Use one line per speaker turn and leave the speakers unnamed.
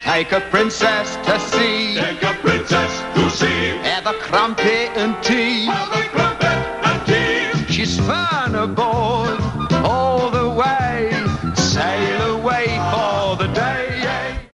Take a princess to sea.
Take a princess to see.
Have a crumpy and tea.
Have a crumpet and tea.
She's fun aboard.